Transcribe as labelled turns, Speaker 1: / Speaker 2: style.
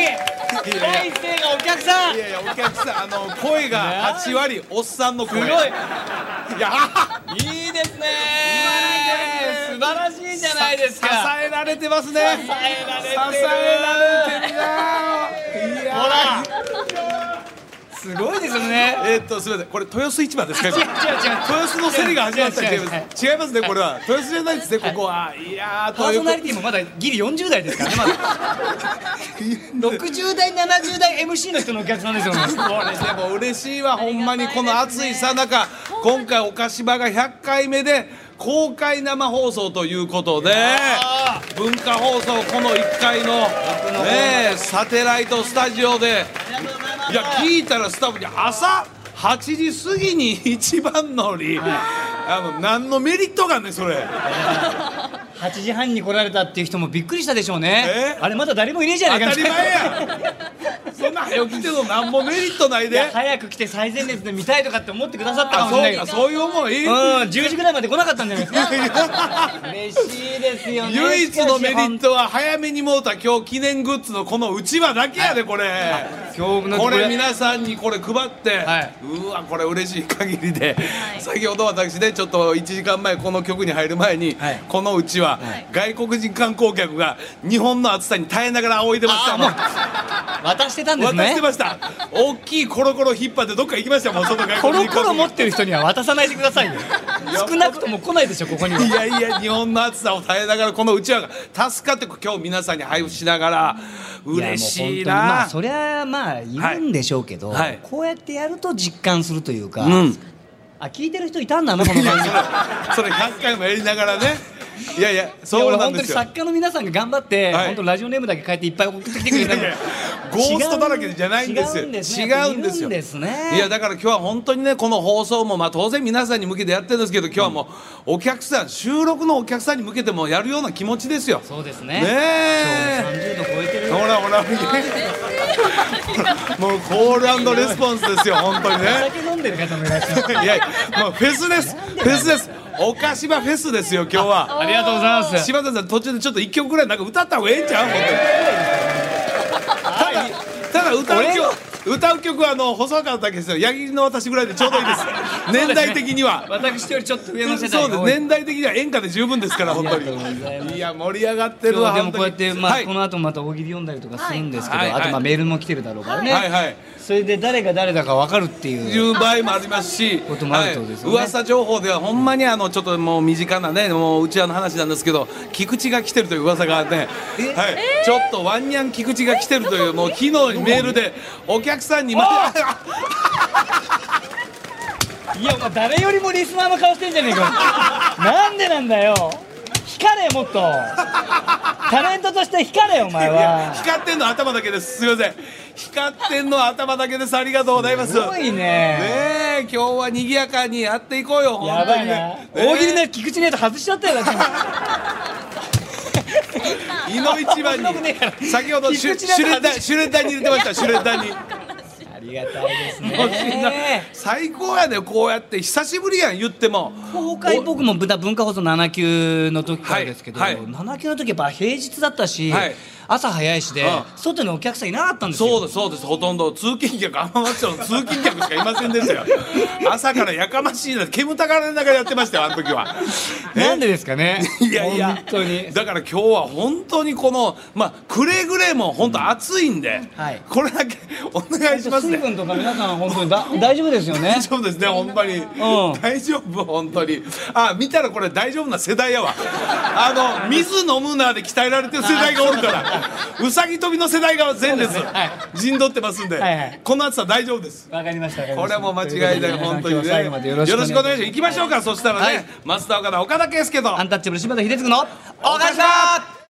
Speaker 1: いや
Speaker 2: 第一声がお客さん
Speaker 1: いやいやお客さんあの声が8割おっさんの
Speaker 2: す
Speaker 1: 声
Speaker 2: ごい
Speaker 1: いや
Speaker 2: いいですね素晴らしいじゃないです
Speaker 1: 支
Speaker 2: か
Speaker 1: えられてますね
Speaker 2: 支えら
Speaker 1: 支
Speaker 2: れてる
Speaker 1: えられてるないや
Speaker 2: ほらすごいですね
Speaker 1: えーっとすみませんこれ豊洲市場ですか今
Speaker 2: 違う違う違う
Speaker 1: 豊洲の競りが始まった
Speaker 2: 違
Speaker 1: ゲ
Speaker 2: う違う違う
Speaker 1: ーム違いますねこれは豊洲じゃないですねここはいやーと
Speaker 2: パー
Speaker 1: いう
Speaker 2: ソ
Speaker 1: こと
Speaker 2: ナリティもまだギリ40代ですから ねまだ60代70代 MC の人のお客さんですよね
Speaker 1: これでも嬉しいわほんまにこの暑いさなか今回おかしばが100回目で公開生放送ということで文化放送この1階のねえサテライトスタジオでいや聞いたらスタッフに朝8時過ぎに 一番乗りあの何のメリットがあんねんそれ
Speaker 2: 8時半に来られたっていう人もびっくりしたでしょうね
Speaker 1: え
Speaker 2: あれまだ誰もいねえじ
Speaker 1: 当
Speaker 2: ゃないか
Speaker 1: た
Speaker 2: み
Speaker 1: り
Speaker 2: たいな
Speaker 1: 前やそんな早起きての何もメリットない
Speaker 2: い
Speaker 1: で
Speaker 2: や早く来て最前列で見たいとかって思ってくださったか
Speaker 1: あ
Speaker 2: もしれな
Speaker 1: そう
Speaker 2: いけど
Speaker 1: かそういう思い
Speaker 2: うん、10時ぐらいまで来なかったんじゃないですか。 嬉しいですよね。
Speaker 1: 唯一のメリッ
Speaker 2: ト。
Speaker 1: トは早めにもうた今日記念グッズのこのうちわだけやでこれ
Speaker 2: 今日の
Speaker 1: これ皆さんにこれ配って、
Speaker 2: はいう
Speaker 1: わこれ嬉しい限りで、先ほど私ねちょっと1時間前この曲に入る前に、
Speaker 2: はい
Speaker 1: このうちわ、外国人観光客が日本の暑さに耐えながら仰いでました
Speaker 2: あも渡してたんです
Speaker 1: 渡し
Speaker 2: ね
Speaker 1: て。ました大きいコロコロ引っ張ってどっか行きましたもんその外
Speaker 2: コ
Speaker 1: 国
Speaker 2: ロ
Speaker 1: 人観
Speaker 2: コロ
Speaker 1: 光
Speaker 2: 持っ
Speaker 1: 客
Speaker 2: てる人には渡さないでくださいよ。少なくとも来ないでしょここには。
Speaker 1: いやいや日本の暑さを耐えながらこのうちわが助かって今日皆さんに配布しながら嬉しい
Speaker 2: やもう本当にま
Speaker 1: な
Speaker 2: あそりゃまあ言うんでしょうけど、
Speaker 1: はいはい
Speaker 2: こうやってやると実感するというか、
Speaker 1: うん
Speaker 2: あ聞いてる人いたんだなこの
Speaker 1: いや
Speaker 2: 感じ。
Speaker 1: それそれ100回もやりながらねいやいや
Speaker 2: いや
Speaker 1: そう
Speaker 2: 俺
Speaker 1: なん
Speaker 2: 本当
Speaker 1: で
Speaker 2: に
Speaker 1: すよ
Speaker 2: 作家の皆さんが頑張って、
Speaker 1: はい
Speaker 2: 本当ラジオネームだけ書いていっぱい送ってきてくれたの
Speaker 1: いやいや ゴーストだらけじゃないんですよ
Speaker 2: 違うんですね
Speaker 1: 違うんです
Speaker 2: いる
Speaker 1: よ
Speaker 2: んですね
Speaker 1: いやだから今日は本当にねこの放送もまあ当然皆さんに向けてやってるんですけど今日はもうお客さん収録のお客さんに向けてもやるような気持ちですよ
Speaker 2: そうです
Speaker 1: ね
Speaker 2: ね。
Speaker 1: え
Speaker 2: 30度超えてる。
Speaker 1: ほらほらもうコールレスポンスですよ本当に
Speaker 2: お
Speaker 1: ね
Speaker 2: 酒飲んでる方もいらっし ゃる。
Speaker 1: いやいやもうフェスですフェスですおかしばフェスですよ今日は
Speaker 2: ありがとうございま。
Speaker 1: 柴田さん途中でちょっと一曲ぐらいなんか歌った方がええんちゃう本当にただただ歌う
Speaker 2: 俺の
Speaker 1: 曲歌う曲はあの細川たけしの「矢切の私」ぐらいでちょうどいい です年代的には
Speaker 2: 私よりちょっと上
Speaker 1: そ
Speaker 2: の
Speaker 1: うで
Speaker 2: 世
Speaker 1: す
Speaker 2: 代が多い。
Speaker 1: 年代的には演歌で十分ですから本当
Speaker 2: ありがとうございま
Speaker 1: にいや盛り上がって
Speaker 2: 今
Speaker 1: る
Speaker 2: 日
Speaker 1: わ
Speaker 2: はでもこうやっ
Speaker 1: 本当に
Speaker 2: てま
Speaker 1: は
Speaker 2: あ
Speaker 1: い
Speaker 2: この後また大喜利読んだりとかするんですけ
Speaker 1: はい
Speaker 2: ど、あと
Speaker 1: は
Speaker 2: まあ
Speaker 1: い
Speaker 2: メールも来てるだろうから
Speaker 1: はい
Speaker 2: ね。
Speaker 1: はい
Speaker 2: それで誰が誰だかわかるって
Speaker 1: い
Speaker 2: いう。
Speaker 1: う場合もありますし、
Speaker 2: こともあるってことですよね
Speaker 1: 噂情報ではほんまにあのちょっともう身近なねもううちわの話なんですけど菊池が来てるという噂があって、はい、ちょっとワンニャン菊池が来てるというもう昨日メールでお客さんにま
Speaker 2: いやもう誰よりもリスナーの顔してんじゃねえか。なんでなんだよ。光れもっと。タレントとして光れお前
Speaker 1: いや
Speaker 2: は。
Speaker 1: 光ってんの頭だけですすいません光ってんの頭だけですありがとうございます
Speaker 2: すごいね。
Speaker 1: ねえ今日は賑やかにやっていこうよ
Speaker 2: や
Speaker 1: 本当
Speaker 2: ば
Speaker 1: に
Speaker 2: いな
Speaker 1: ね。
Speaker 2: 大喜利の菊池のやつ外しちゃったよだって。
Speaker 1: 井の一 番
Speaker 2: 危なくねえから
Speaker 1: に先ほどシュ
Speaker 2: 菊池
Speaker 1: シュレッ
Speaker 2: のやつ
Speaker 1: ダーシュレッダーに入れてましたシュレッダーに。
Speaker 2: ありがたいです
Speaker 1: もうみんな
Speaker 2: ね。
Speaker 1: 最高やねこうやって久しぶりやん言っても
Speaker 2: 公開僕も豚文化放送7級の時か
Speaker 1: は
Speaker 2: ら
Speaker 1: い
Speaker 2: ですけど、
Speaker 1: はい
Speaker 2: 7級の時やっぱ平日だったし、
Speaker 1: はい
Speaker 2: 朝早いしで、
Speaker 1: あ
Speaker 2: 外にお客さんいなかったんですよ
Speaker 1: そうですそうですほとんど通勤客天松町の通勤客しかいませんでしたよ 朝からやかましいな煙たがられながらやってましたよあの時は
Speaker 2: なんでですかね
Speaker 1: いやいや
Speaker 2: 本当に
Speaker 1: だから今日は本当にこのまあくれぐれも本当暑いんで、
Speaker 2: はい
Speaker 1: これだけお願いしますね
Speaker 2: 水分とか皆さん本当にだ大丈夫です よね
Speaker 1: 大丈夫ですねほんまに、
Speaker 2: ん
Speaker 1: 大丈夫本当にあ見たらこれ大丈夫な世代 やわあの水飲むなで鍛えられてる世代がおる からうさぎ跳びの世代が全です
Speaker 2: はい
Speaker 1: 陣取ってますんで、
Speaker 2: はいはい
Speaker 1: この暑さ大丈夫です
Speaker 2: わかりましたわかりま
Speaker 1: こ
Speaker 2: し
Speaker 1: れ
Speaker 2: た
Speaker 1: はもう間違いない
Speaker 2: とう
Speaker 1: 本当
Speaker 2: ことで皆
Speaker 1: に
Speaker 2: さん今日は最後ま
Speaker 1: ね
Speaker 2: でよろしくお願いします
Speaker 1: 行きましょうかそしたらね、
Speaker 2: はい
Speaker 1: 松田岡田岡田圭介と
Speaker 2: アンタッチャブル柴田秀嗣のおか
Speaker 1: 岡
Speaker 2: し
Speaker 1: 島